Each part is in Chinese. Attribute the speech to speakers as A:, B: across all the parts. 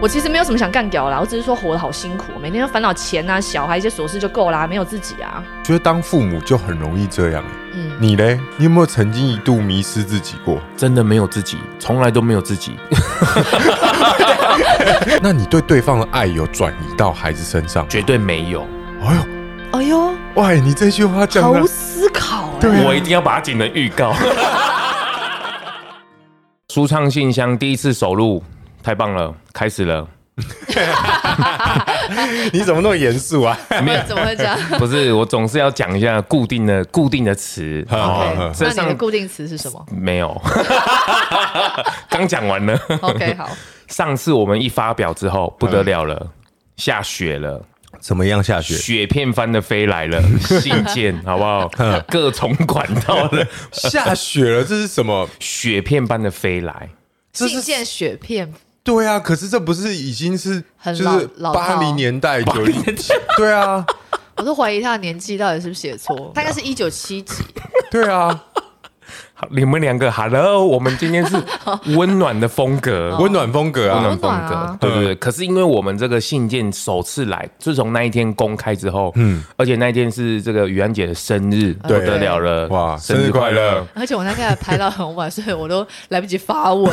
A: 我其实没有什么想干掉啦，我只是说活得好辛苦，每天都烦恼钱啊、小孩一些琐事就够啦，没有自己啊。
B: 觉得当父母就很容易这样。
A: 嗯，
B: 你嘞？你有没有曾经一度迷失自己过？
C: 真的没有自己，从来都没有自己。
B: 那你对对方的爱有转移到孩子身上吗？
C: 绝对没有，
B: 哎呦，
A: 哎呦，
B: 喂，你这句话讲
A: 毫无
B: 的，
A: 思考哎、
B: 对啊
C: 我一定要把它剪成预告。 舒畅信箱第一次首录，太棒了，开始 了。
B: 你怎么那么严肃啊？
C: 没有
A: 怎么会这样？
C: 不是，我总是要讲一下固定的固定的词。
B: OK，
C: 这
A: 那你的
C: 上
A: 固定词是什么
C: 没有， 刚讲完了。
A: ？OK，好，
C: 上次我们一发表之后，不得了了，下雪了。
B: 怎么样下雪？
C: 嗯雪片般的飞来 了，信件好不好？各种管道的
B: 下雪了，这是什么？
C: 雪片般的飞来，
B: 这
A: 信
B: 是
A: 件雪片，
B: 对啊，可是这不是已经是
A: 很
B: 就是
A: 老老
B: 八
A: 套
B: 零年代九零对啊，
A: 我都怀疑他的年纪到底是不是写错，大概是一九七几，
B: 对啊，
C: 好你们两个，Hello，我们今天 是温暖的风
A: 哦
C: 格，
B: 温暖风格
C: 温
B: 啊
C: 暖，风
A: 温暖啊
C: 格，对对对。可是因为我们这个信件首次来，自从那一天公开之后，嗯，而且那一天是这个雨安姐的生日，不
B: 对
C: 得了了，
B: 哇，生日快乐！！
A: 而且我那天拍到很晚，所以我都来不及发 文，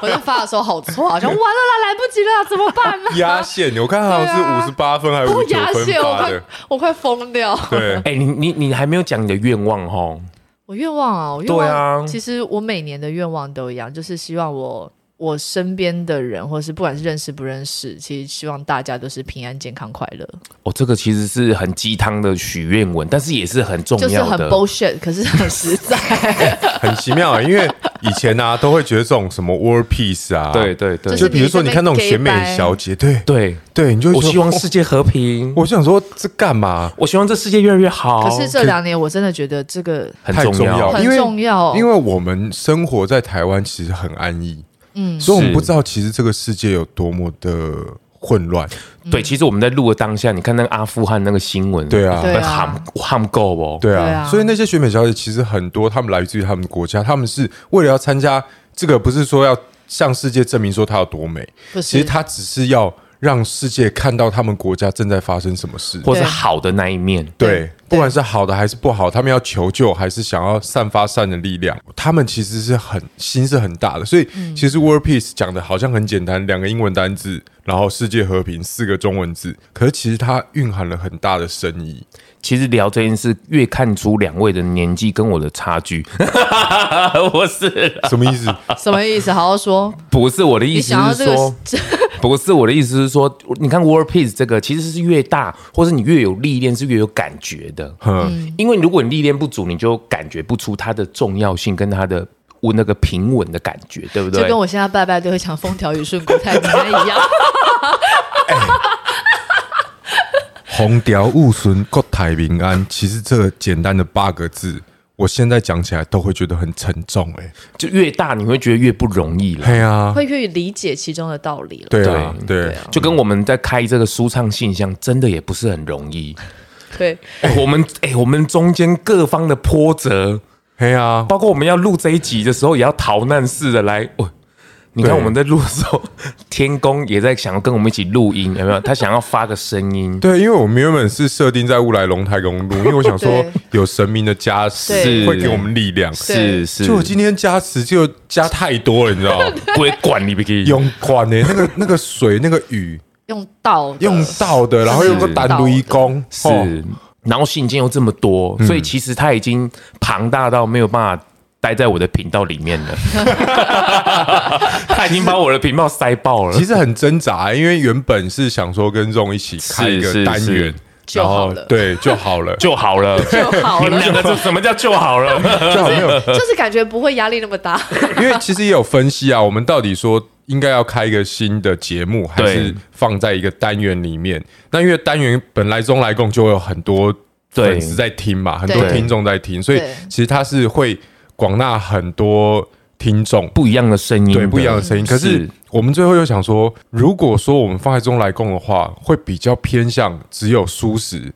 A: 我在发的时候好错，好像完了啦，来不及了，怎么办呢、
B: 压线，我看好
A: 对啊
B: 像是五十八分还是
A: 我
B: 五九
A: 压
B: 分
A: 线，我
B: 发
A: 快
B: 的，
A: 我快疯掉。
B: 对，
C: 哎，你你你还没有讲你的愿望哦，
A: 我愿望啊，我愿
C: 对
A: 望，
C: 啊
A: 其实我每年的愿望都一样，就是希望我我身边的人，或是不管是认识不认识，其实希望大家都是平安、健康、快乐，
C: 哦，这个其实是很鸡汤的许愿文，但是也是很重
A: 就是
C: 要
A: 很
C: 的。
A: bullshit，可是很实 在。
B: 很奇妙啊，因为以前啊都会觉得这种什么 world peace 啊，
C: 对，对对
A: 就是
B: 就比如说你看那种选美小姐，对
C: 对，
B: 对，你就会
C: 我
B: 说
C: 希望
B: 哦
C: 世界和平，
B: 我想说这干嘛？
C: 我希望这世界越来越好。
A: 可是这两年我真的觉得这个
C: 哦很
B: 太
C: 重
B: 重
C: 要
B: 要，
A: 很
B: 因为
A: 重要，
B: 因为我们生活在台湾，其实很安逸，
A: 嗯
B: 嗯，所以我们
C: 是
B: 不知道其实这个世界有多么的混乱。
A: 嗯
C: 对，其实我们在录的当下，你看那个阿富汗那个新闻，
B: 对啊
A: 对啊
C: 喊喊够哦不？
B: 对啊，
A: 对啊
B: 所以那些选美小姐其实很多，她们来自于他们的国家，她们是为了要参加这个，不是说要向世界证明说她有多美，
A: 不
B: 其
A: 是
B: 实她只是要让世界看到他们国家正在发生什么事。
C: 或是
A: 对
C: 好的那一面。
B: 对，
A: 对
B: 不管是好的还是不好，他们要求救还是想要散发善的力量，他们其实是很心是很大的。所以
A: 嗯
B: 其实 world peace 讲的好像很简单，两个英文单字，然后世界和平四个中文字，可是其实它蕴含了很大的 深意。
C: 其实聊这件事，越看出两位的年纪跟我的差距。 我是
B: 什么意思？
A: 什么意思？好好 说，
C: 不是我的意
A: 你
C: 思
A: 想要
C: 是
A: 这个
C: 说，不是我的意思是说，你看 World Peace 这个其实是越大，或是你越有历练，是越有感觉的。
B: 嗯，
C: 因为如果你历练不足，你就感觉不出它的重要性跟它的呃那个平稳的感觉，对不
A: 就
C: 对
A: 跟？我现在拜拜都会讲“风调雨顺，国泰民安”一 样。
B: 红条雾顺国泰民安，其实这简单的八个字，我现在讲起来都会觉得很沉重、欸。
C: 就越大，你会觉得越不容易了。
B: 哎，对啊，
A: 会去理解其中的道理了。
B: 对啊，
C: 对
B: 对
A: 对啊
C: 就跟我们在开这个舒畅信箱，真的也不是很容易。
A: 对，
C: 我们哎、我们中间各方的波折，
B: 嘿啊，
C: 包括我们要录这一集的时候，也要逃难似的来。我你看
B: 对
C: 我们在录的时候，天宫也在想要跟我们一起录音，有没有？他想要发个声音，
B: 对，因为我们原本是设定在乌来龙台公路，因为我想说
A: 对
B: 有神明的加持
A: 对
B: 会给我们力量。
A: 对
C: 是是，
B: 就我今天加持就加太多了，你知道 吗？
C: 不会管你不可以
B: 用管呢、那个那个水那个雨
A: 用道的
B: 用到的，然后用个单独一公
C: 呃是，然后信件又这么多，所以其实它已经庞大到没有办法待在我的频道里面了。他已经把我的频道塞爆了
B: 其。实很挣扎，因为原本是想说跟 Ron 一起开一
C: 是是
B: 个单
C: 是
B: 元，
A: 就
B: 然后
A: 好了
B: 对就好 了，
C: 就好了，
A: 就好
C: 你们
A: 了，
C: 两个这什么叫就好 了？
B: 就好没有，
A: 就是感觉不会压力那么大。
B: 因为其实也有分析啊，我们到底说应该要开一个新的节目，还是放在一个单元里面？那因为单元本来中来共就有很多粉丝在听嘛，很多
C: 对
B: 听众在听，所以
A: 对
B: 其实它是会广纳很多听众。
C: 不一样的声音，
B: 对不一样的声音，可是我们最后又想说，如果说我们放在中来共的话，会比较偏向只有舒适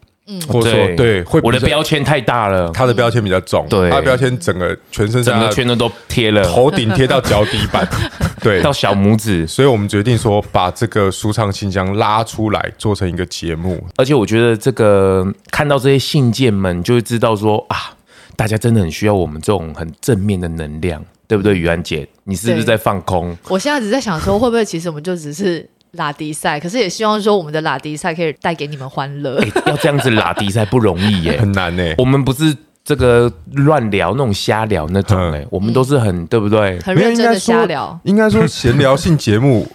B: 或者说对会比
C: 我的
B: 较
C: 标签太大了，
B: 他的标签比较重，
C: 对
B: 他的标签整个全身
C: 整
B: 上
C: 个
B: 下
C: 圈子都贴了，
B: 头顶贴到脚底板， 对，
C: 到小拇指。
B: 所以我们决定说把这个舒畅信箱拉出来做成一个节目，
C: 而且我觉得这个看到这些信件们，就会知道说啊，大家真的很需要我们这种很正面的能量，对不对？雨安姐，你是不是
A: 对
C: 在放空？
A: 我现在只在想说，会不会其实我们就只是拉迪赛，可是也希望说我们的拉迪赛可以带给你们欢乐。
C: 哎要这样子拉低赛不容易 耶、
B: 很难呢、欸
C: 我们不是这个乱聊那种瞎聊那种
B: 嗯
C: 哎、我们都是很对不对？
A: 很
B: 没有
A: 认
B: 应
A: 真
B: 该
A: 的瞎
B: 说
A: 聊，
B: 应 该说闲聊性节目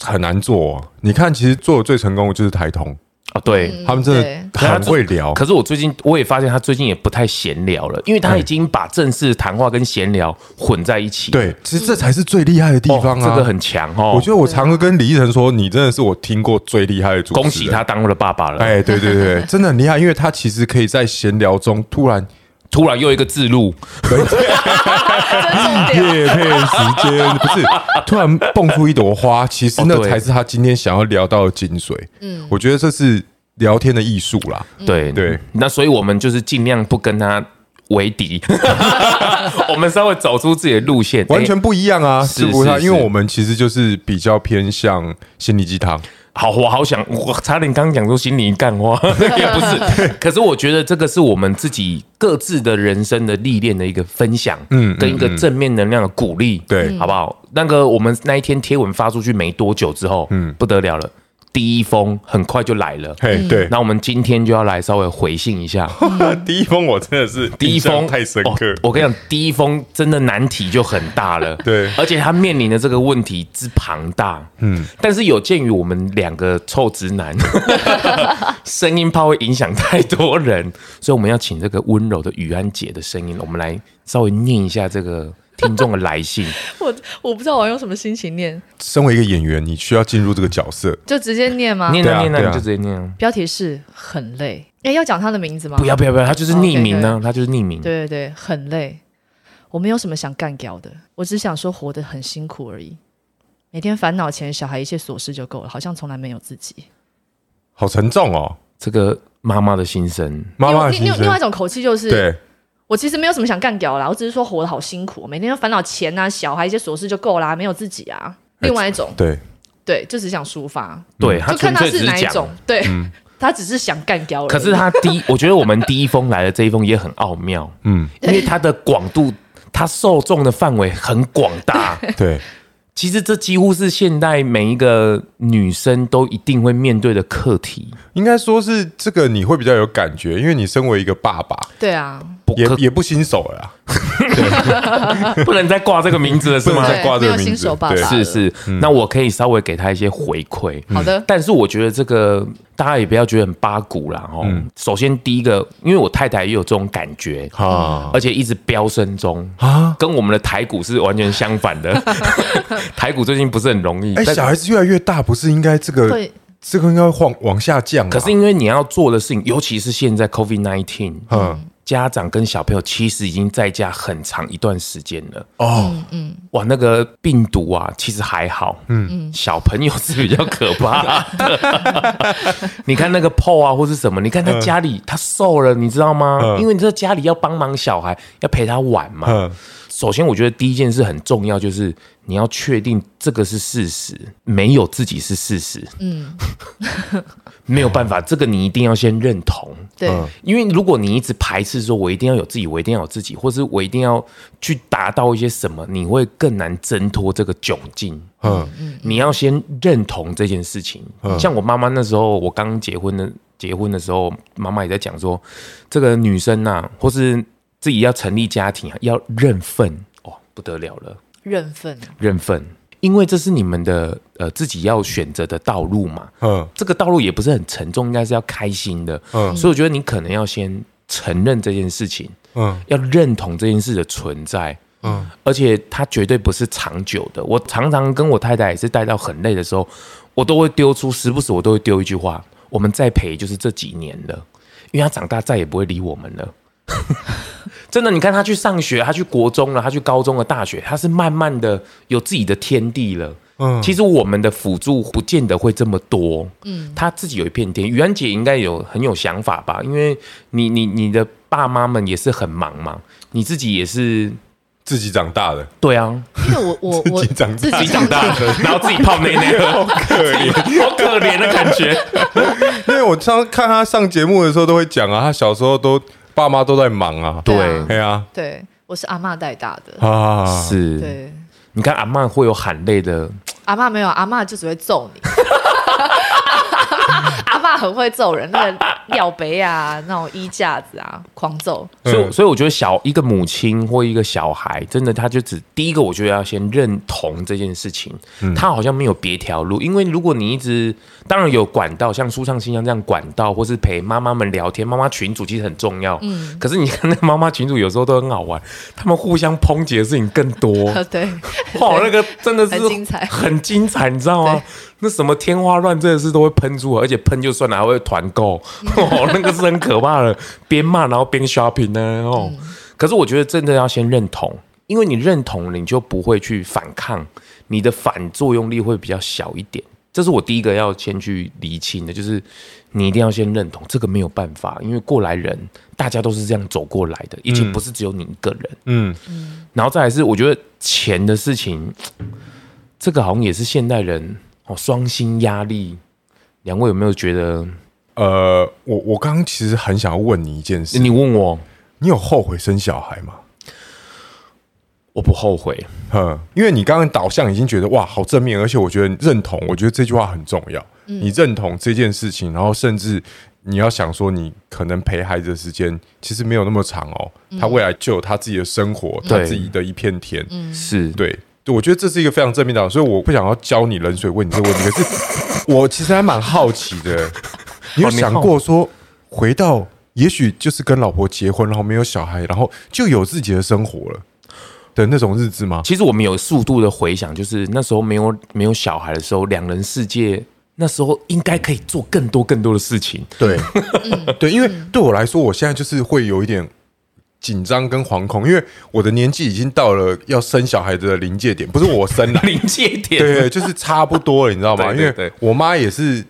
B: 很难做、哦。你看，其实做的最成功的就是台通，
C: 啊，对。
A: 嗯
B: 他们真的
C: 对
B: 很会聊。
C: 可是我最近我也发现他最近也不太闲聊了，因为他已经把正式谈话跟闲聊混在一起。
B: 对，其实这才是最厉害的地
C: 哦，
B: 方啊！
C: 这个很强哦。
B: 我觉得我常常跟李依晨说，你真的是我听过最厉害的主持人。
C: 恭喜他！当了爸爸了。
B: 哎，对对对，真的很厉害，因为他其实可以在闲聊中突然
C: 突然又一个自录，
A: 真 重点。
B: 叶片时间，不是突然蹦出一朵花，其实
C: 哦
B: 那
C: 对
B: 才是他今天想要聊到的精髓。嗯，我觉得这是聊天的艺术啦。
C: 对
B: 哎对。
C: 那所以我们就是尽量不跟他为敌， 我们稍微走出自己的路线。
B: 完全
C: 哎
B: 不一样啊，
C: 是
B: 是不是啊？
C: 是
B: 因为
C: 是
B: 我们其实就是比较偏向心理鸡汤，
C: 好，我好想，我差点刚讲出心灵干话， 也不是。 可是我觉得这个是我们自己各自的人生的历练的一个分享，嗯，跟一个正面能量的鼓励，
B: 对嗯
C: 好不好？那个我们那一天贴文发出去没多久之后，嗯，不得了了，第一封很快就来了。
B: 嘿，对。
C: 那我们今天就要来稍微回信一下，
B: 第一封我真的是
C: 嗯第一
B: 印
C: 封
B: 象太深刻
C: 哦，我跟你讲，第一封真的难题就很大了，
B: 对
C: 而且他面临的这个问题之庞大，嗯，但是有鉴于我们两个臭直男， 声音怕会影响太多人，所以我们要请这个温柔的雨安姐的声音，我们来稍微念一下这个听众的来 信，
A: 我我不知道我用什么心情念，
B: 身为一个演员，你需要进入这个角色，
A: 就直接念吗？
C: 念
B: 对
C: 啊
B: 啊
C: 念啊，
B: 对啊
C: 你就直接念啊，
A: 标题是很累。哎，要讲他的名字吗？
C: 不要不要不要，他就是匿名呢，他就是匿名，
A: 哦对对对，很累。我没有什么想干掉的，我只想说活得很辛苦而已。每天烦恼钱、小孩一些琐事就够了，好像从来没有自己。
B: 好沉重哦。
C: 这个妈妈的心声，
B: 妈妈的
A: 另
B: 心
A: 另另外一
B: 声，
A: 种口气就是，
B: 对，
A: 我其实没有什么想干掉啦，我只是说活得好辛苦，每天都烦恼钱啊、小孩一些琐事就够啦，没有自己啊。另外一种，
B: 对，
A: 对，就只想抒发，
B: 嗯
C: 对他
A: 就看
C: 纯
A: 他
C: 粹只
A: 是哪一
C: 讲。
A: 种，对。 他只是想干掉而已，
C: 可是他第一，我觉得我们第一封来的这一封也很奥妙，嗯，因为它的广度，它受众的范围很广大。
B: 对，
C: 其实这几乎是现代每一个女生都一定会面对的课题，
B: 应该说是这个你会比较有感觉，因为你身为一个爸爸，
A: 对啊，
C: 不
B: 也
C: 可
B: 也不新手了啦，
C: 不能再挂这个名字了，是
B: 不能
C: 吗？
B: 再挂这
A: 对没
B: 个
A: 有
B: 名
A: 新
B: 字
A: 手，爸
B: 对
A: 爸，
C: 是是，那我可以稍微给他一些回馈。
A: 好的，
C: 但是我觉得这个大家也不要觉得很八股啦，哦。首先第一个，因为我太太也有这种感觉，
B: 啊
C: 而且一直飙升中，
B: 啊！
C: 跟我们的台股是完全相 反的。台股最近不是很容易，
B: 哎，
C: 但
B: 小孩子越来越大，不是应该这个
A: 对，
B: 这个应该往往下降吧？
C: 可是因为你要做的事情，尤其是现在 COVID nineteen，
B: 嗯，
C: 家长跟小朋友其实已经在家很长一段时间了。
B: 哦，
C: 哇，那个病毒啊，其实还好，嗯，小朋友是比较可怕的。 你看那个 PO 啊，或是什么，你看他家里、他瘦了，你知道吗？
B: 嗯
C: 因为你在家里要帮忙小孩，要陪他玩嘛。
B: 嗯
C: 首先，我觉得第一件事很重要，就是你要确定这个是事实，没有自己是事实。嗯， 没有办法，这个你一定要先认同。
A: 对，
C: 因为如果你一直排斥说，我一定要有自己，我一定要有自己，或是我一定要去达到一些什么，你会更难挣脱这个窘境。
B: 嗯，
C: 你要先认同这件事情。像我妈妈那时候，我刚结婚的结婚的时候，妈妈也在讲说，这个女生呐、或是自己要成立家庭啊，要认份哦，不得了了，
A: 认份啊，
C: 认份，因为这是你们的呃自己要选择的道路嘛。
B: 嗯，
C: 这个道路也不是很沉重，应该是要开心的。
B: 嗯
C: 所以我觉得你可能要先承认这件事情，
B: 嗯，
C: 要认同这件事的存在，嗯，而且它绝对不是长久的。我常常跟我太太也是带到很累的时候，我都会丢出，时不时我都会丢一句话：我们再陪就是这几年了，因为他长大再也不会理我们了。真的，你看他去上学，他去国中了，他去高中了，大学，他是慢慢的有自己的天地了。
B: 嗯
C: 其实我们的辅助不见得会这么多，嗯，他自己有一片天。于安姐应该有很有想法吧？因为你你你的爸妈们也是很忙嘛，你自己也是，
B: 自己长大的，
C: 对啊，
A: 因为我我我
B: 自己长大
A: 自己
C: 长
A: 长
C: 大的，然后自己泡奶奶喝，
B: 可怜。
C: 好可怜的感觉。
B: 因为我常看他上节目的时候都会讲啊，他小时候都爸妈都在忙啊，
A: 对
C: 对
A: 啊
B: 对啊，
A: 对，我是阿嬷带大的，
B: 啊，
C: 是，
A: 对，
C: 你看阿嬷会有喊累的，
A: 阿嬷没有，阿嬷就只会揍你。 阿嬷阿嬷很会揍人，那个尿杯啊，那种衣架子啊，狂揍。
C: 所以，
B: 嗯
C: 所以我觉得小一个母亲或一个小孩，真的他就只第一个，我觉得要先认同这件事情，他好像没有别条路。因为如果你一直，当然有管道，像舒畅新疆这样管道，或是陪妈妈们聊天，妈妈群主其实很重要。嗯，可是你看那妈妈群主有时候都很好玩，他们互相抨击的事情更 多。
A: 哦对，
C: 哇，那个真的是
A: 很精彩
C: 很精彩，你知道吗
A: 对？
C: 那什么天花乱坠的事都会喷出来，而且喷就算了，还会团购， 哦，那个是很可怕的，边骂然后边 shopping 呢，哦。
A: 嗯
C: 可是我觉得真的要先认同，因为你认同了，你就不会去反抗，你的反作用力会比较小一点。这是我第一个要先去厘清的，就是你一定要先认同，这个没有办法，因为过来人大家都是这样走过来的，已经不是只有你一个人。
B: 嗯，
C: 然后再来是，我觉得钱的事情，这个好像也是现代人哦，双薪压力。两位有没有觉得？
B: 呃，我我刚刚其实很想要问你一件事，
C: 你问我，
B: 你有后悔生小孩吗？
C: 我不后悔。
B: 嗯，因为你刚刚导向已经觉得哇，好正面，而且我觉得认同，我觉得这句话很重要。你认同这件事情，然后甚至你要想说，你可能陪孩子的时间其实没有那么长哦，他未来就有他自己的生活，他
C: 对
B: 自己的一片天。
C: 是，
B: 对，对，我觉得这是一个非常正面的，所以我不想要浇你冷水，问你这个问题。可是 我其实还蛮好奇的，你有想过说回到？也许就是跟老婆结婚，然后没有小孩，然后就有自己的生活了的那种日子吗？
C: 其实我们有速度的回想，就是那时候没有没有小孩的时候，两人世界那时候应该可以做更多更多的事情。
B: 对，对，因为对我来说，我现在就是会有一点紧张跟惶恐，因为我的年纪已经到了要生小孩的临界点，不是我生了，
C: 临界点，
B: 对，就是差不多了，你知道吗？
C: 对
B: 因
C: 对
B: 为
C: 对
B: 我妈也是。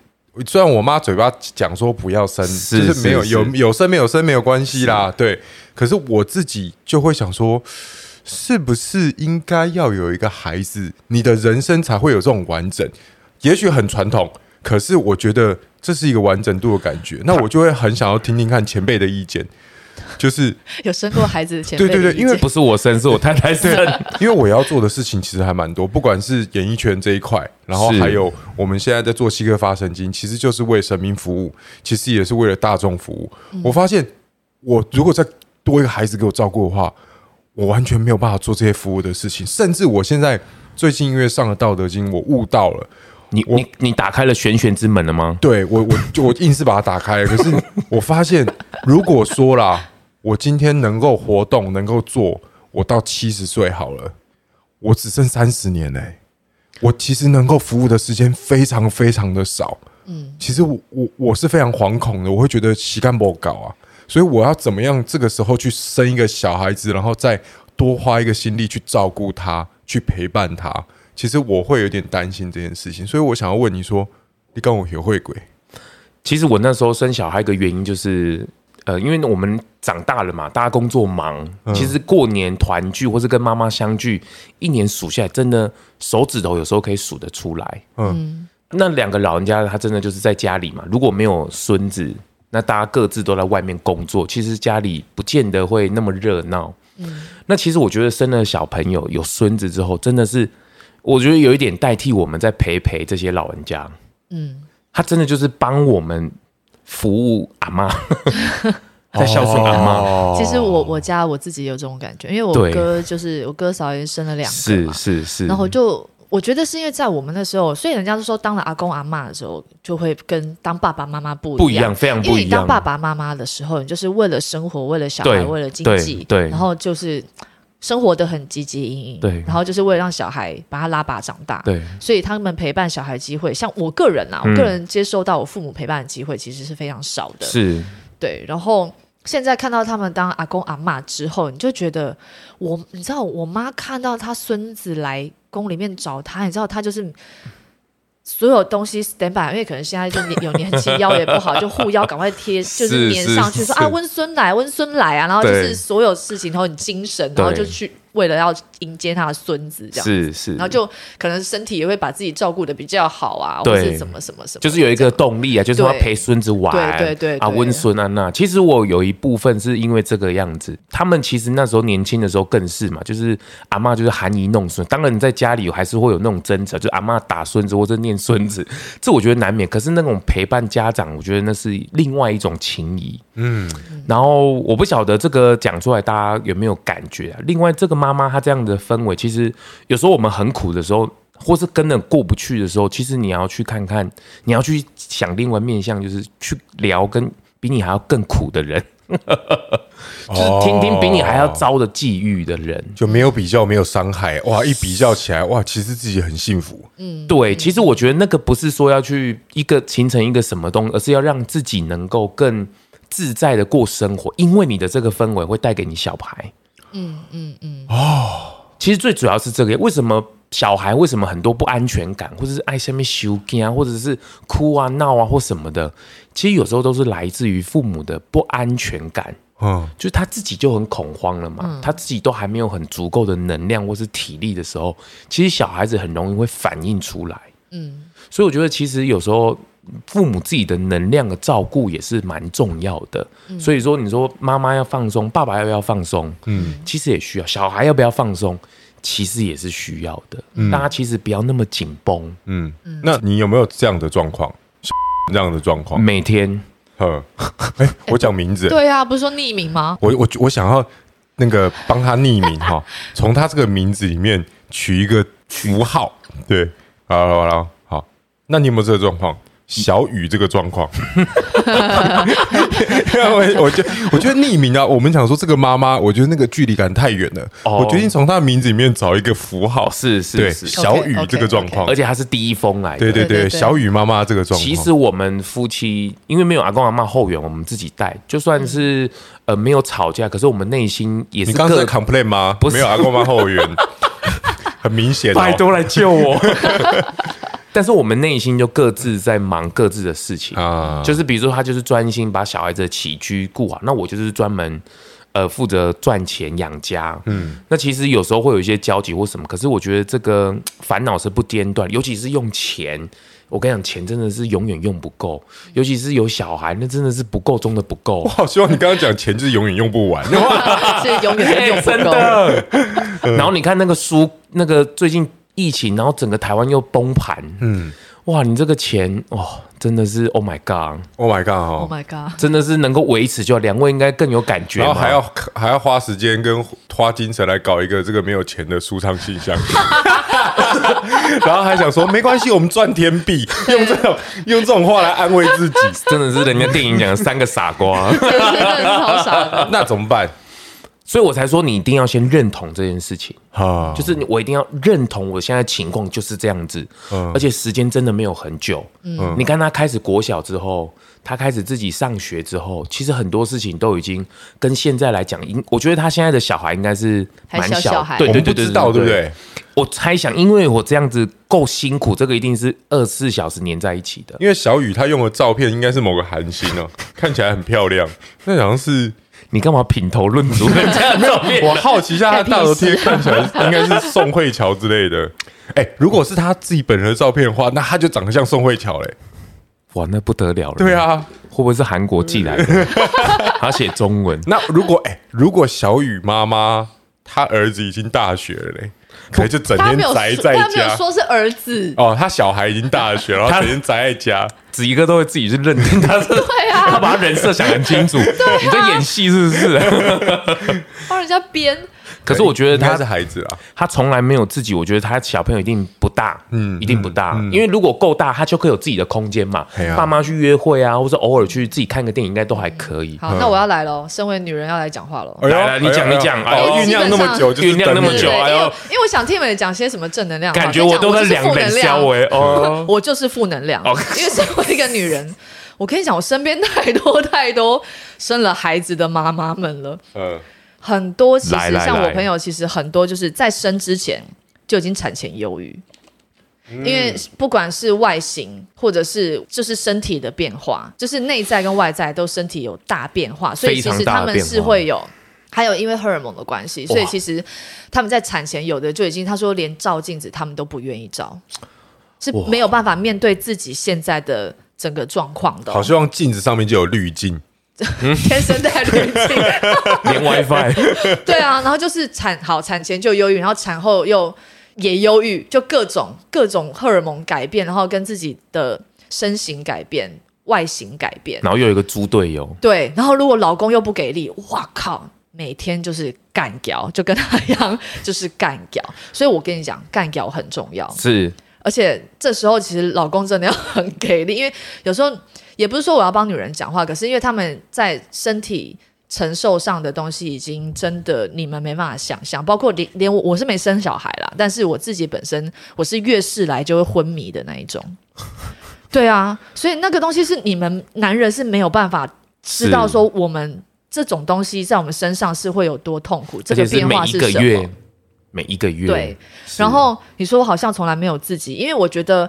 B: 虽然我妈嘴巴讲说不要生，
C: 是
B: 就是没有
C: 是
B: 有
C: 是
B: 有生没有生没有关系啦，对。可是我自己就会想说，是不是应该要有一个孩子，你的人生才会有这种完整？也许很传统，可是我觉得这是一个完整度的感觉。那我就会很想要听听看前辈的意见，就是
A: 有生过孩子的前辈
B: 对
A: 的意见，
B: 对对因为
C: 不是我生，是我太太生。
B: 因为我要做的事情其实还蛮多，不管是演艺圈这一块，然后
C: 是
B: 还有我们现在在做西哥发神经，其实就是为神明服务，其实也是为了大众服务。我发现，我如果再多一个孩子给我照顾的话，我完全没有办法做这些服务的事情。甚至我现在最近因为上了《道德经》，我悟到了，
C: 你你你打开了玄玄之门了吗？
B: 对我我就我硬是把它打开了。可是我发现，如果说啦，我今天能够活动，能够做，我到七十岁好了，我只剩三十年嘞、我其实能够服务的时间非常非常的少。嗯，其实我我我是非常惶恐的，我会觉得膝盖不搞啊，所以我要怎么样这个时候去生一个小孩子，然后再多花一个心力去照顾他，去陪伴他。其实我会有点担心这件事情，所以我想要问你说，你跟我学会鬼？
C: 其实我那时候生小孩一个原因就是，呃，因为我们长大了嘛，大家工作忙，其实过年团聚或是跟妈妈相聚，一年数下来，真的手指头有时候可以数得出来。
B: 嗯
C: 嗯，那两个老人家他真的就是在家里嘛，如果没有孙子，那大家各自都在外面工作，其实家里不见得会那么热闹。
A: 嗯
C: 那其实我觉得生了小朋友有孙子之后，真的是我觉得有一点代替我们在陪陪这些老人家。
A: 嗯，
C: 他真的就是帮我们服务 阿妈，在孝
B: 哦
C: 顺阿妈。
A: 其实我我家我自己有这种感觉，因为我
C: 哦对
A: 哥就是我哥嫂也生了两个
C: 是
A: 嘛，
C: 是是，
A: 然后就我觉得是因为在我们那时候，所以人家都说当了阿公阿妈的时候，就会跟当爸爸妈妈不
C: 不一样，。非常
A: 因
C: 不
A: 为
C: 一
A: 你当
C: 样。
A: 爸爸妈妈的时候，你就是为了生活，为了小孩，
C: 对
A: 为了经济，
C: 对对
A: 然后就是生活的很汲汲营营，
C: 对
A: 然后就是为了让小孩把他拉拔长大，
C: 对，
A: 所以他们陪伴小孩机会，像我个人啊，
C: 嗯
A: 我个人接受到我父母陪伴的机会其实是非常少的，
C: 是
A: 对，然后。现在看到他们当阿公阿嬷之后，你就觉得我，你知道我妈看到她孙子来宫里面找他，你知道他就是。所有东西 stand by，因为可能现在就年有年纪，腰也不好，就护腰赶快贴，就是
B: 是
A: 粘上去
B: 是
A: 说啊，
B: 是
A: 温孙来，温孙来啊，然后就
C: 对
A: 是所有事情，然后很精神，然后就
C: 对
A: 去为了要迎接他的孙子这样。
C: 是是，
A: 然后就可能身体也会把自己照顾的比较好啊，或
C: 对
A: 是什么什么什么，
C: 就是有一个动力啊，就是说
A: 对
C: 陪孙子玩，
A: 对对对
C: 啊，
A: 对
C: 温孙安娜。其实我有一部分是因为这个样子，他们其实那时候年轻的时候更是嘛，就是阿嬷就是含饴弄孙。当然你在家里还是会有那种争吵，就是阿嬷打孙子或者念孙子，这我觉得难免。可是那种陪伴家长，我觉得那是另外一种情谊。然后我不晓得这个讲出来大家有没有感觉啊？另外，这个妈妈她这样的氛围，其实有时候我们很苦的时候，或是跟人过不去的时候，其实你要去看看，你要去想另外面向，就是去聊跟比你还要更苦的人， 就是听听比你还要
B: 哦
C: 糟的际遇的人。
B: 就没有比较，没有伤害，哇！一比较起来，哇，其实自己很幸福。
C: 对，其实我觉得那个不是说要去一个形成一个什么东西，而是要让自己能够更自在的过生活，因为你的这个氛围会带给你小孩。嗯嗯嗯。哦，其实最主要是这个，为什么？小孩为什么很多不安全感，或者是爱下面羞惊啊，或者是哭啊、闹啊或什么的，其实有时候都是来自于父母的不安全感。
B: 嗯，
C: 就是他自己就很恐慌了嘛，他自己都还没有很足够的能量或是体力的时候，其实小孩子很容易会反映出来。嗯，所以我觉得其实有时候父母自己的能量的照顾也是蛮重要的。所以说，你说妈妈要放松，爸爸要不要放松？嗯，其实也需要。小孩要不要放松？其实也是需要的。大家其实不要那么紧绷，
B: 嗯
C: 嗯
B: 那你有没有这样的状况？ 这样的状况？
C: 每天
B: 嗯， 哎，我讲名字，
A: 对啊，不是说匿名 吗？
B: 我我我想要那个帮他匿名哈，从他这个名字里面取一个符号。对，好了好了，好，那你有没有这个状况？小雨这个状况， 因为我我觉得我觉得匿名啊，我们想说这个妈妈，我觉得那个距离感太远了。
C: 哦
B: 我决定从她的名字里面找一个符号，
C: 是是
B: 对
C: 是，
B: 小雨
A: OK，OK，
B: 这个状况
C: 而，且他是第一封来的。
B: 对对
A: 对
B: 对，
A: 对对
B: 小雨妈妈这个状况，
C: 其实我们夫妻因为没有阿公阿妈后援，我们自己带，就算是、呃没有吵架，可是我们内心也
B: 你
C: 是
B: 刚刚在
C: 各
B: complain 吗？
C: 不是
B: 没有阿公妈后 援，很明显、哦。
C: 拜托来救我。 但是我们内心就各自在忙各自的事情，
B: 啊，
C: 就是比如说他就是专心把小孩子的起居顾好，那我就是专门呃负责赚钱养家。嗯，那其实有时候会有一些交集或什么，可是我觉得这个烦恼是不间断，尤其是用钱。我跟你讲，钱真的是永远用不够，尤其是有小孩，那真的是不够中的不够
B: 我。好希望你刚刚讲钱就是永远用不 完，
A: 是永远都
C: 哎
A: 用
C: 真
A: 不够。
C: 的。 然后你看那个书，那个最近疫情，然后整个台湾又崩盘，嗯，哇，你这个钱哦，真的是 Oh my God，
B: Oh my god！哦
A: Oh my god！
C: 真的是能够维持就好两位应该更有感觉
B: 然
C: 嘛，
B: 后还要还要花时间跟花精神来搞一个这个没有钱的舒畅信 箱，然后还想说没关系，我们赚天币，用这种用这种话来安慰 自己，
C: 真的是人家电影讲的三个傻 瓜，
A: 真的是超傻的。
B: 那怎么办？
C: 所以我才说你一定要先认同这件事情。
B: 啊，
C: 就是你我一定要认同我现在情况就是这样子，
B: 嗯
C: 而且时间真的没有很久。嗯，你看他开始国小之后，他开始自己上学之后，其实很多事情都已经跟现在来讲，应我觉得他现在的小孩应该是蛮
A: 还小小孩
C: 对
B: 我
C: 对
B: 们
C: 对
B: 不
C: 对，
B: 知道，对不？对？
C: 我猜想，因为我这样子够辛苦，这个一定是二十四小时粘在一起的。
B: 因为小雨她用的照片应该是某个韩星哦，看起来很漂亮，那好像是
C: 你干嘛品头论足人家的照 片？
B: 我好奇一下，他的大头贴
A: 干屁事
B: 看起来应该是宋慧乔之类的。哎、如果是他自己本人的照片的话，那他就长得像宋慧乔嘞、
C: 哇，那不得了了！
B: 对，啊，
C: 会不会是韩国寄来的？ 他写中文，
B: 那如果哎、如果小雨妈妈她儿子已经大学了嘞、可能就整
A: 他
B: 天
A: 没有
B: 宅
A: 说，
B: 在
A: 他没有
B: 家。
A: 说是儿 子，
B: 哦，他小孩已经大学， 然后
C: 他
B: 整天宅在家。
C: 子怡哥都会自己去认定他是， 对啊
A: 啊
C: 他把他人设想很清 楚。你在演戏是不 是？
A: 帮人家编。
C: 可是我觉得
B: 他
C: 他
B: 是孩子啊，
C: 他从来没有自己，我觉得他小朋友一定不大，嗯，一定不大，因为如果够大，他就可以有自己的空间嘛
B: 嘿。啊
C: 爸妈去约会啊，或者偶尔去自己看个电影，应该都还可以。
A: 好，那我要来喽，身为女人要来讲话喽。
B: 哎呦
C: 来来你讲
B: 哎呦
C: 你讲
B: 哎呦
A: 哎
B: 酝酿那么久，就是
C: 酝酿那么
A: 对
B: 等
A: 对
B: 你
C: 久
A: 对
C: 哦哎呦
A: 因为因为我想听你们讲些什么正能量话，
C: 感觉
A: 跟你
C: 我
A: 讲
C: 都在
A: 就是
C: 两
A: 负
C: 人
A: 能
C: 消
A: 量。
C: 委哦。
A: 我就是负能量
C: 哦，
A: 因为身为一个女人，我跟你讲，我身边太多太多生了孩子的妈妈们了，
B: 嗯
A: 很多其
C: 来
A: 实
C: 来
A: 像我
C: 来
A: 朋友，其实很多就是在生之前。就已经产前忧郁。因
C: 嗯
A: 为不管是外形，或者是就是身体的变化，就是内在跟外在都身体有大变化，所以其实
C: 非常大
A: 他
C: 的
A: 们
C: 变化
A: 是会有，还有因为荷尔蒙的关系，所以其实他们在产前有的就已经他说连照镜子他们都不愿意照，是
C: 哇
A: 没有办法面对自己现在的整个状况的哦、
B: 好希望镜子上面就有滤镜，
A: 天生带滤镜。
C: 连 WiFi
A: 对啊，然后就是产好产前就忧郁，然后产后又也忧郁，就各种各种荷尔蒙改变，然后跟自己的身形改变、外形改变，
C: 然后又有一个猪队友，
A: 对，然后如果老公又不给力，哇靠！每天就是干掉，就跟他一样，就是干掉。所以我跟你讲，干掉很重要。
C: 是
A: 而且这时候其实老公真的要很给力，因为有时候也不是说我要帮女人讲话，可是因为他们在身体承受上的东西已经真的你们没办法想象，包括连 连我我是没生小孩啦，但是我自己本身我是月事来就会昏迷的那一 种，对啊，所以那个东西是你们男人是没有办法知道
C: 是
A: 说我们。这种东西在我们身上是会有多痛苦，这
C: 而
A: 个
C: 且是
A: 变
C: 每
A: 化
C: 一
A: 是
C: 个
A: 什么？
C: 月，每一个月，
A: 对，
C: 是
A: 然后你说我好像从来没有自己，因为我觉得，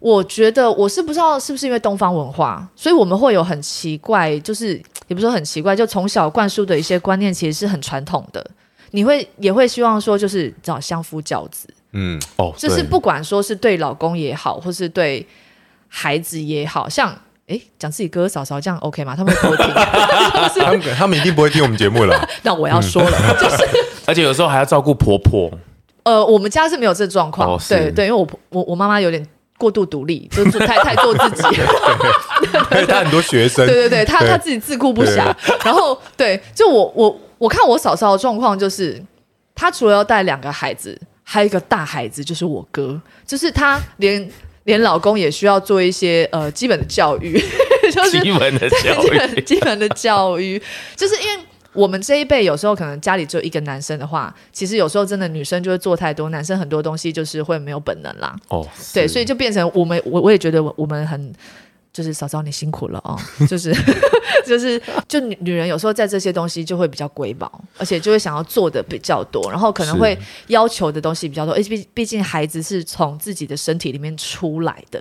A: 我觉得我是不知道是不是因为东方文化，所以我们会有很奇怪，就是也不是说很奇怪，就从小灌输的一些观念其实是很传统的。你会也会希望说，就是找相夫教子，
B: 嗯，
C: 哦，
A: 就是
C: 对
A: 不管说是对老公也好，或是对孩子也好，像诶讲自己哥哥嫂嫂这样 OK 吗？他们会不会 听？ 就是
B: 他们他们一定不会听我们节目 了，
A: 那我要说了，就是
C: 而且有时候还要照顾婆婆，
A: 呃，我们家是没有这状况，
C: 哦是
A: 对对，因为我婆我我妈妈有点过度独立，就是做太太 做自己，
B: 而且他很多学生
A: 对，对对，她
B: 对
A: 她自己自顾不暇。 然后对，就我我我看我嫂嫂的状况就是，她除了要带两个孩子，还有一个大孩子就是我哥，就是她连连老公也需要做一些呃基本的教育， 就是
C: 基本的
A: 对
C: 教
A: 基
C: 育
A: 本基本的教育，就是因为。我们这一辈有时候可能家里只有一个男生的话，其实有时候真的女生就会做太多，男生很多东西就是会没有本能啦。
C: 哦，
A: 对，
C: 是
A: 所以就变成我们，我我也觉得我我们很，就是嫂嫂你辛苦了哦， 就是就是就女女人有时候在这些东西就会比较龟毛，而且就会想要做的比较多，然后可能
C: 是
A: 会要求的东西比较多，而且毕毕竟孩子是从自己的身体里面出来的，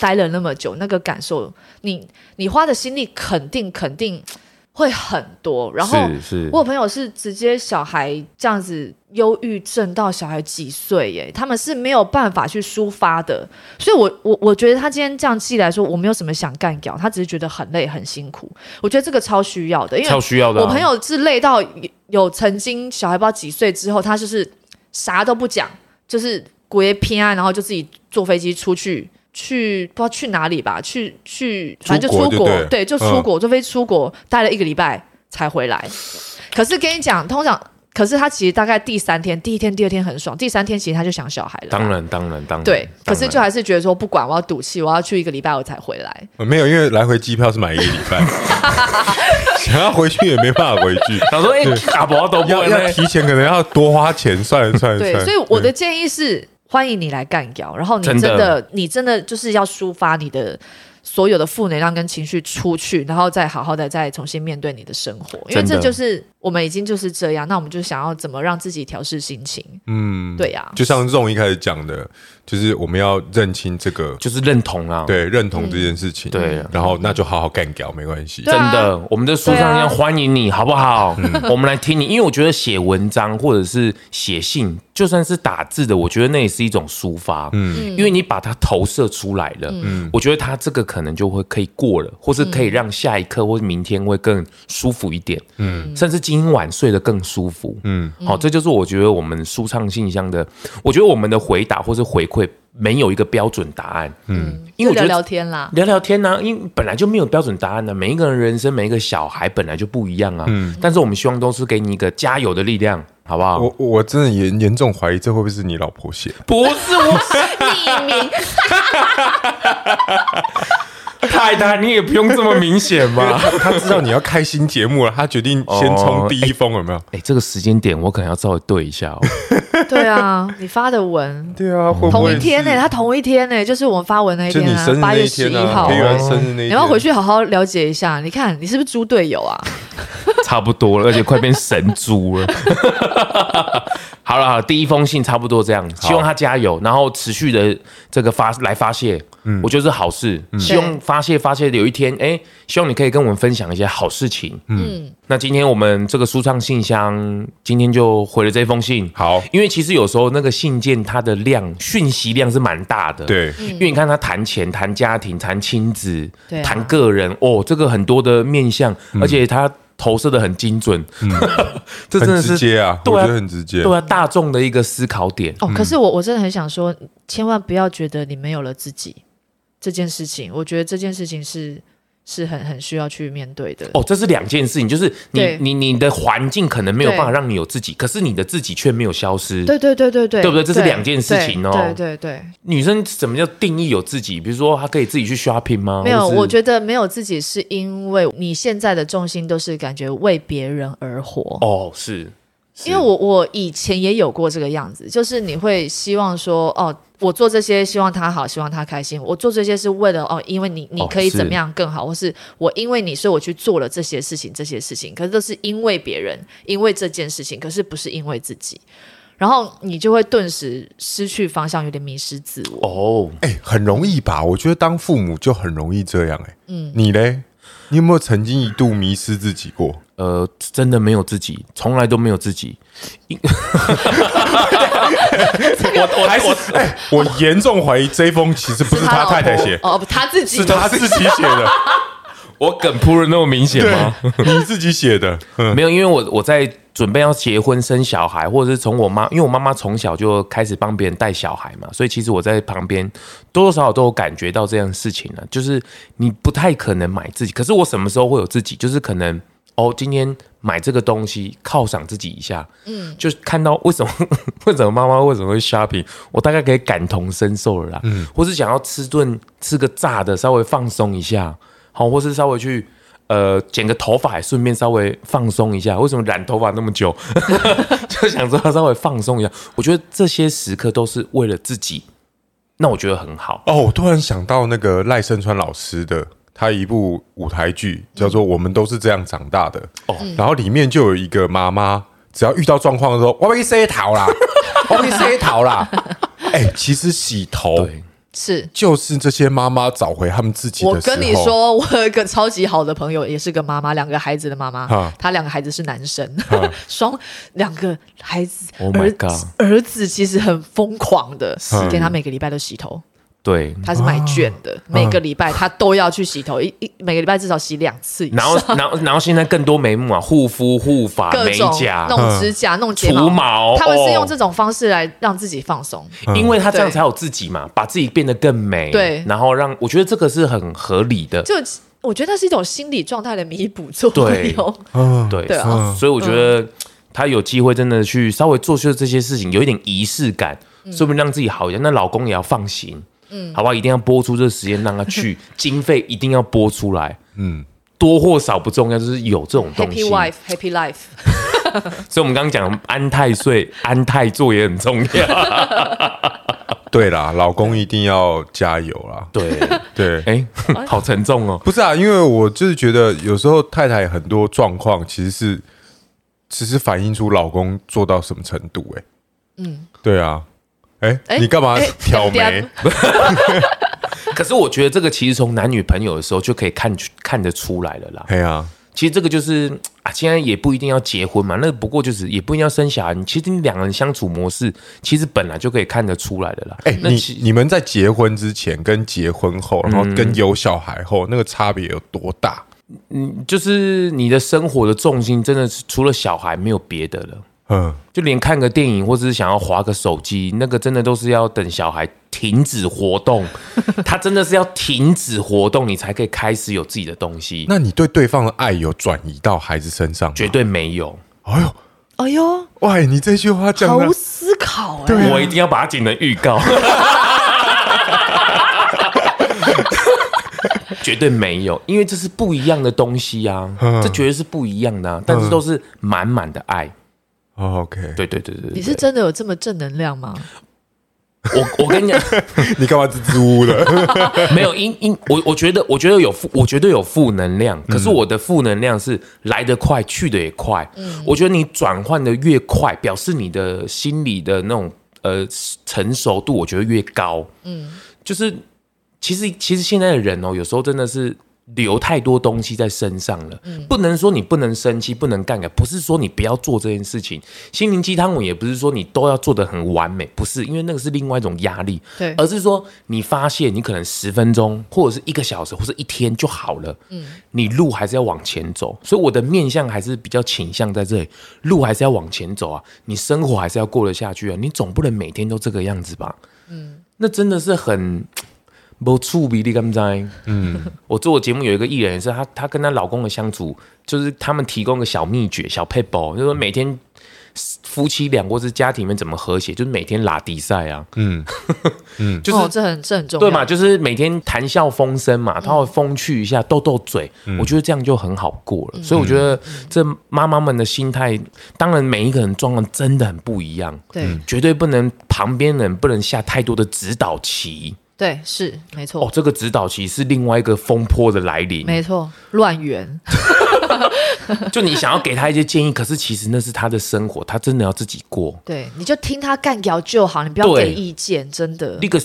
A: 待了那么久，那个感受，你你花的心力肯定肯定会很多，然后。
C: 是是
A: 我有朋友是直接小孩这样子忧郁症到小孩几岁耶，他们是没有办法去抒发的，所以我我我觉得他今天这样寄来说，我没有什么想干掉，他只是觉得很累很辛苦，我觉得这个超需要的，因
C: 超
A: 为
C: 需要的啊、
A: 我朋友是累到有有曾经小孩不知道几岁之后，他就是啥都不讲，就是鬼偏啊，然后就自己坐飞机出去。去不知道去哪里吧，去去反正就
B: 出国
A: 出国
B: 对，不对
A: 就出国，坐飞机出国待了一个礼拜才回来。可是跟你讲，通常，可是他其实大概第三天，第一天、第二天很爽，第三天其实他就想小孩了。
C: 当然当然当然，
A: 对，可
C: 当
A: 是
C: 然
A: 就还是觉得说不管，我要赌气，我要去一个礼拜我才回来。
B: 呃没有，因为来回机票是买一个礼 拜，想要回去也没办法回去，
C: 想说哎，阿伯都不
B: 要
C: 会
B: 要
C: 呢，
B: 提前可能要多花钱，算了算了
A: 对
B: 算，了。
A: 所以我的建议是，欢迎你来干掉，然后你
C: 真
A: 真
C: 的
A: 的，你真的就是要抒发你的。所有的负能量跟情绪出去，然后再好好的再重新面对你的生活，因为
C: 真的
A: 这就是我们已经就是这样，那我们就想要怎么让自己调试心情，
B: 嗯，
A: 对呀、啊
B: 就像 z 一开始讲的，就是我们要认清这个，
C: 就是认同啊，
B: 对，嗯认同这件事情，
C: 对啊
B: 然后那就好好干掉，没关系
A: 对，
C: 真
A: 啊
C: 的，我们的书上要欢迎你，好不好？ 我们来听你，因为我觉得写文章或者是写信，就算是打字的，我觉得那也是一种抒发。嗯，因为你把它投射出来了，嗯，我觉得它这个可能就会可以过了，或是可以让下一刻或明天会更舒服一点，嗯，甚至今晚睡得更舒服，嗯，好，这就是我觉得我们舒畅信箱的，我觉得我们的回答或是回馈没有一个标准答案，嗯，因为
A: 就
C: 我觉
A: 聊
C: 得
A: 聊天 啦。
C: 聊聊天啊呢、因为本来就没有标准答案的、啊每一个人人生，每一个小孩本来就不一样啊。但是我们希望都是给你一个加油的力量，好不好？
B: 我我真的严严重怀疑这会不会是你老婆 写的？
C: 不是我，
A: 匿名，
C: 害他，你也不用这么明显吧？
B: 他他知道你要开新节目了，他决定先冲第一封，有没有？
C: 哎、这个时间点我可能要稍微对一下哦。
A: 对啊，你发的文
B: 对啊，会不
A: 同
B: 会
A: 一天呢、
B: 是
A: 他同一天呢、哎就是我们发文那一
B: 就
A: 天
B: 你
A: 啊
B: 生日，
A: 八
B: 那
A: 月
B: 一
A: 十
B: 天
A: 一
B: 啊，
A: 号、
B: 黑
A: 啊
B: 人。生日那一
A: 你
B: 天，
A: 要回去好好了解一下，你看你是不是猪队友啊？
C: 差不多了，而且快变神猪了。 好了好了，第一封信差不多这样，希望他加油，然后持续的这个发来发泄，我觉得是好事。希望发泄发泄的有一天，哎、希望你可以跟我们分享一些好事情。嗯，那今天我们这个舒畅信箱今天就回了这封信。
B: 好
C: 因为其实有时候那个信件它的量讯息量是蛮大的。
B: 对
C: 因为你看他谈钱、谈家庭、谈亲子、
A: 嗯对啊
C: 谈个人，哦，这个很多的面向，
B: 嗯
C: 而且他投射的很精准， 这真
B: 很
C: 的是
B: 直接啊，
C: 对
B: 我
C: 啊
B: 觉得很直接，
C: 对啊，大众的一个思考点。
A: 哦，可是我我真的很想说，千万不要觉得你没有了自己这件事情，我觉得这件事情是是很很需要去面对的。
C: 哦，这是两件事情，就是你
A: 对
C: 你你的环境可能没有
A: 对
C: 办法让你有自己，可是你的自己却没有消失。
A: 对对对对对，
C: 对不对这是两件事情哦
A: 对对对，
C: 女生怎么叫定义有自己？比如说，她可以自己去 shopping 吗？
A: 没有，
C: 哦或是
A: 我觉得没有自己是因为你现在的重心都是感觉为别人而活。
C: 哦是
A: 因为我我以前也有过这个样子，就是你会希望说，哦，我做这些希望他好，希望他开心，我做这些是为了哦，因为你你
C: 哦
A: 可以
C: 是
A: 怎么样更好，或是我因为你，所以我去做了这些事情，这些事情，可是都是因为别人，因为这件事情，可是不是因为自己，然后你就会顿时失去方向，有点迷失自我。
C: 哦，
B: 哎、很容易吧？我觉得当父母就很容易这样、哎，嗯，你嘞？你有没有曾经一度迷失自己过？
C: 呃，真的没有自己，从来都没有自己。 我我还是
B: 哎我严重怀疑这一封其实不是他
A: 老婆
B: 太太写，
A: 哦，不，他自己
B: 是他自己写
C: 哦
B: 的，
C: 我梗铺的那么明显吗？嗯
B: 你自己写的。
C: 没有，因为我我在准备要结婚生小孩，或者是从我妈，因为我妈妈从小就开始帮别人带小孩嘛，所以其实我在旁边多多少少都有感觉到这样的事情了、啊就是你不太可能买自己，可是我什么时候会有自己？就是可能哦，今天买这个东西犒赏自己一下，嗯，就看到为什么 为什么妈妈为什么会 shopping，我大概可以感同身受了啦，嗯，或是想要吃顿吃个炸的，稍微放松一下，好、或是稍微去。呃，剪个头发，顺便稍微放松一下。为什么染头发那么久？ 就想说稍微放松一下。我觉得这些时刻都是为了自己，那我觉得很好。
B: 哦，我突然想到那个赖声川老师的。他一部舞台剧叫做《我们都是这样长大的》，哦，
A: 嗯
B: 然后里面就有一个妈妈，只要遇到状况的时候，我被塞桃啦，我被塞桃啦。哎，其实洗
A: 哦
B: 头
C: 对，
A: 是。
B: 就是这些妈妈找回他们自己的时候。
A: 我跟你，说，我有一个超级好的朋友，也是个妈妈，两个孩子的妈妈
B: 哈，
A: 她两个孩子是男生， 双两个孩子
C: Oh my
A: 儿
C: God
A: 子儿子其实很疯狂的，给他每个礼拜都洗头，
C: 对，
A: 他是买卷的，
C: 啊
A: 每个礼拜他都要去洗头，一一每个礼拜至少洗两次以
C: 然
A: 上，
C: 后然后然后现在更多眉目啊，护肤、护发、
A: 啊各
C: 美
A: 种
C: 甲、嗯
A: 弄指甲、弄睫
C: 除毛
A: 他们是用
C: 哦
A: 这种方式来让自己放松。
C: 因为他这
A: 嗯
C: 样
A: 对
C: 才有自己嘛，把自己变得更美。
A: 对
C: 然后让我觉得这个是很合理的。
A: 就我觉得那是一种心理状态的弥补作
C: 对
A: 用。
B: 嗯，
C: 对，
A: 对啊
C: 所以我觉得他有机会真的去稍微做出这些事情，有一点仪式感，说不定让自己好一点。那老公也要放行，嗯，好不好？一定要播出这个时间让他去，经费一定要播出来，嗯
B: 嗯。
C: 多或少不重要，就是有这种东西。
A: Happy wife, happy life。
C: 所以我们刚刚讲安泰税、安泰座也很重要。
B: 对啦，老公一定要加油啦。
C: 对，
B: 对，
C: 哎、好沉重哦。
B: 不是啊，因为我就是觉得有时候太太很多状况其实是其实反映出老公做到什么程度、欸。嗯，对啊。哎、
A: 哎
B: 你干嘛
A: 哎
B: 挑眉？
A: 点点
C: 可是我觉得这个其实从男女朋友的时候就可以看看得出来了啦。
B: 哎呀、啊，
C: 其实这个就是嗯啊，现在也不一定要结婚嘛，那不过就是也不一定要生小孩。你其实你两个人相处模式，其实本来就可以看得出来的啦。
B: 哎、
C: 那
B: 你
C: 其
B: 你们在结婚之前跟结婚后，然后跟有小孩后，那个差别有多大？
C: 就是你的生活的重心真的是除了小孩没有别的了，
B: 嗯，
C: 就连看个电影或者是想要划个手机，那个真的都是要等小孩停止 活动，他真的是要停止活动，你才可以开始有自己的东西。
B: 那你对对方的爱有转移到孩子身上吗？
C: 绝对没有，
B: 哎呦，
A: 哎呦，
B: 喂，你这句话
C: 啊
B: 讲
A: 毫
B: 的
A: 无思考哎、
C: 我一定要把它剪成预告。 绝对没有，因为这是不一样的东西啊，这绝对是不一样的、啊，但是都是满满的爱。
B: 哦 OK，
C: 对对对对对
A: 你是真的有这么正能量吗？
C: 我我跟你讲，
B: 你干嘛支支吾吾的？
C: 没有因因我我觉得我觉得有负，我觉得有负能量，可是我的负能量是来得快，去得也快。
A: 嗯
C: 我觉得你转换的越快，表示你的心理的那种呃成熟度，我觉得越高。嗯，就是其实其实现在的人哦，有时候真的是。留太多东西在身上了，不能说你不能生气，不能干个，不是说你不要做这件事情。心灵鸡汤文也不是说你都要做得很完美，不是，因为那个是另外一种压力。
A: 对
C: 而是说你发现你可能十分钟，或者是一个小时，或者一天就好了。嗯，你路还是要往前走，所以我的面向还是比较倾向在这里，路还是要往前走啊，你生活还是要过得下去啊，你总不能每天都这个样子吧？嗯，那真的是很。没处比你敢知？嗯，我做我节目有一个艺人也是，她她跟她老公的相处，就是他们提供个小秘诀、小 p a p e 就是说每天夫妻俩或是家庭里面怎么和谐，就是每天拉迪赛啊，
B: 嗯，
C: 就是
A: 哦、这很这很重要，
C: 对嘛，？就是每天谈笑风生嘛，他会风趣一下，逗逗嘴，我觉得这样就很好过了。所以我觉得这妈妈们的心态，当然每一个人状况真的很不一样，
A: 对、
C: 绝对不能旁边人不能下太多的指导棋。
A: 对，是没错。
C: 哦，这个指导棋是另外一个风波的来临，
A: 没错，乱源
C: 就你想要给他一些建议，可是其实那是他的生活，他真的要自己过。
A: 对，你就听他干掉就好，你不要
C: 对
A: 给意见，真的，
C: 那个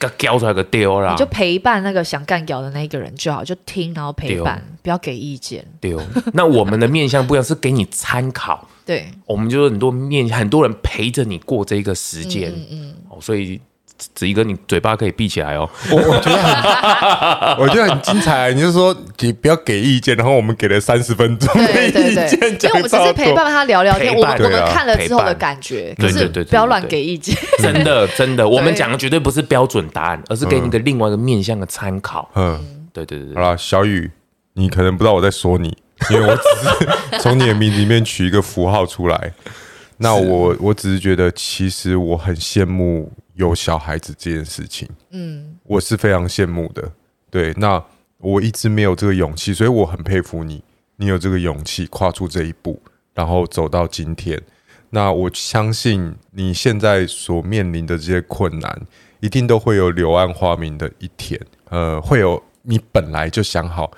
C: 给叼出来个丢啦
A: 你就，陪伴那个想干掉的那一个人就好，就听，然后
C: 哦
A: 陪伴，不要给意见。
C: 丢。那我们的面向不一样，是给你参考。
A: 对，
C: 我们就有很多面，很多人陪着你过这个时间，
A: 嗯
C: 哦，所以子怡哥，你嘴巴可以闭起来哦。
B: 我我觉得很， 我觉得很精彩。你就说你不要给意见，然后我们给了三十分钟的
A: 对
B: 意
A: 对对，因
B: 见，
A: 为
B: 讲
A: 我们只是
B: 超
A: 陪
B: 多
A: 伴。他聊聊天，
C: 陪
A: 我
C: 伴
A: 们我们
B: 对啊
A: 看了之后的
C: 陪伴
A: 感觉，可
C: 对
A: 是
C: 对对对
A: 不要乱
C: 对
A: 给意见。
C: 真的，真的，我们讲的绝对不是标准答案，而是给你一个另外一个面向的参考。
B: 嗯，
C: 对对对
B: 好
C: 对，
B: 了，小雨，你可能不知道我在说你，因为我只是从你的名字里面取一个符号出 来。那我
C: 啊
B: 我只是觉得，其实我很羡慕有小孩子这件事情。嗯，我是非常羡慕的。对，那我一直没有这个勇气，所以我很佩服你，你有这个勇气跨出这一步，然后走到今天。那我相信你现在所面临的这些困难，一定都会有柳暗花明的一天。呃，会有你本来就想好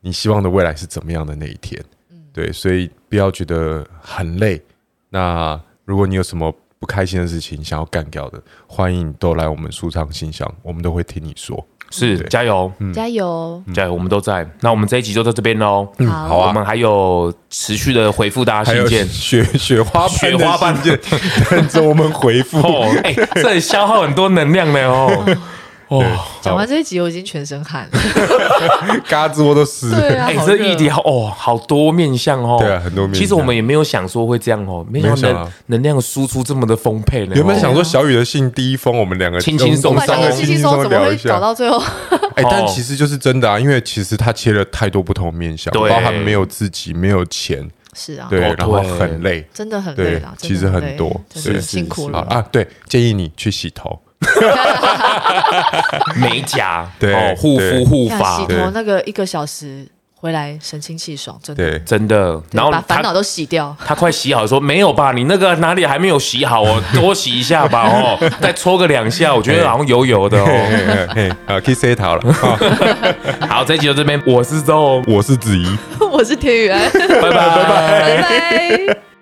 B: 你希望的未来是怎么样的那一天。
A: 嗯
B: 对，所以不要觉得很累。那如果你有什么不开心的事情想要干掉的，欢迎都来我们舒畅信箱，我们都会听你说。
C: 是加油，哦
A: 加油！
B: 嗯
C: 加油，我们都在。那我们这一集就到这边喽。
A: 好
C: 我们还有持续的回复大家
B: 还有
C: 信 件。
B: 雪雪花瓣的
C: 雪花瓣
B: 信件等着我们回 复。
C: 哦，哎、这很消耗很多能量呢 哦。哦，
A: 讲完这一集，我已经全身汗了。
B: 嘎吱窝都湿了。
A: 对啊，
C: 哎、
A: 好
C: 这
A: 热
C: 议题好哦，好多面向哦。
B: 对啊很多面向
C: 其实我们也没有想说会这样哦，没
B: 没
C: 想到
B: 想
C: 能
B: 到
C: 能量输出这么的丰沛呢、哦。
B: 原本想说小雨的信第一封，我们两个
C: 轻轻松松
B: 我们三
A: 哇
B: 个
A: 你
B: 轻
A: 轻轻松
B: 松
A: 怎么
B: 聊
A: 会
B: 一
A: 搞
B: 下。
A: 到最后？
B: 哎，但
C: 哦
B: 其实就是真的啊，因为其实他切了太多不同面向，
C: 对
B: 包含没有自己，没有钱，
A: 是啊，
B: 对
C: 哦，
B: 然后
C: 对
B: 很累。
A: 真的很累
B: 对
A: 啦，，真
B: 其
A: 的
B: 实
A: 累
B: 很多，
A: 真
B: 对
A: 的辛苦
B: 好
A: 了。
B: 啊。对，建议你去洗头，
C: 美甲，
B: 对
C: 哦护肤
B: 对
C: 护
A: 看洗，
C: 发
A: 头
B: 啊对
A: 那个一个小时回来神清气爽，真的。
B: 对，
C: 真的。
A: 对
C: 然后
A: 把烦恼
C: 他
A: 都洗掉。
C: 他快洗好了说没有吧，你那个哪里还没有洗好哦，多洗一下吧哦， 再搓个两下，我觉得好像油油的哦。
B: 嘿嘿嘿啊，kiss 头了，啊
C: 好，这一集就这边，我是周，
B: 我是子怡。
A: 我是田雨安，
B: 哎
C: 拜拜拜拜。
A: 拜拜。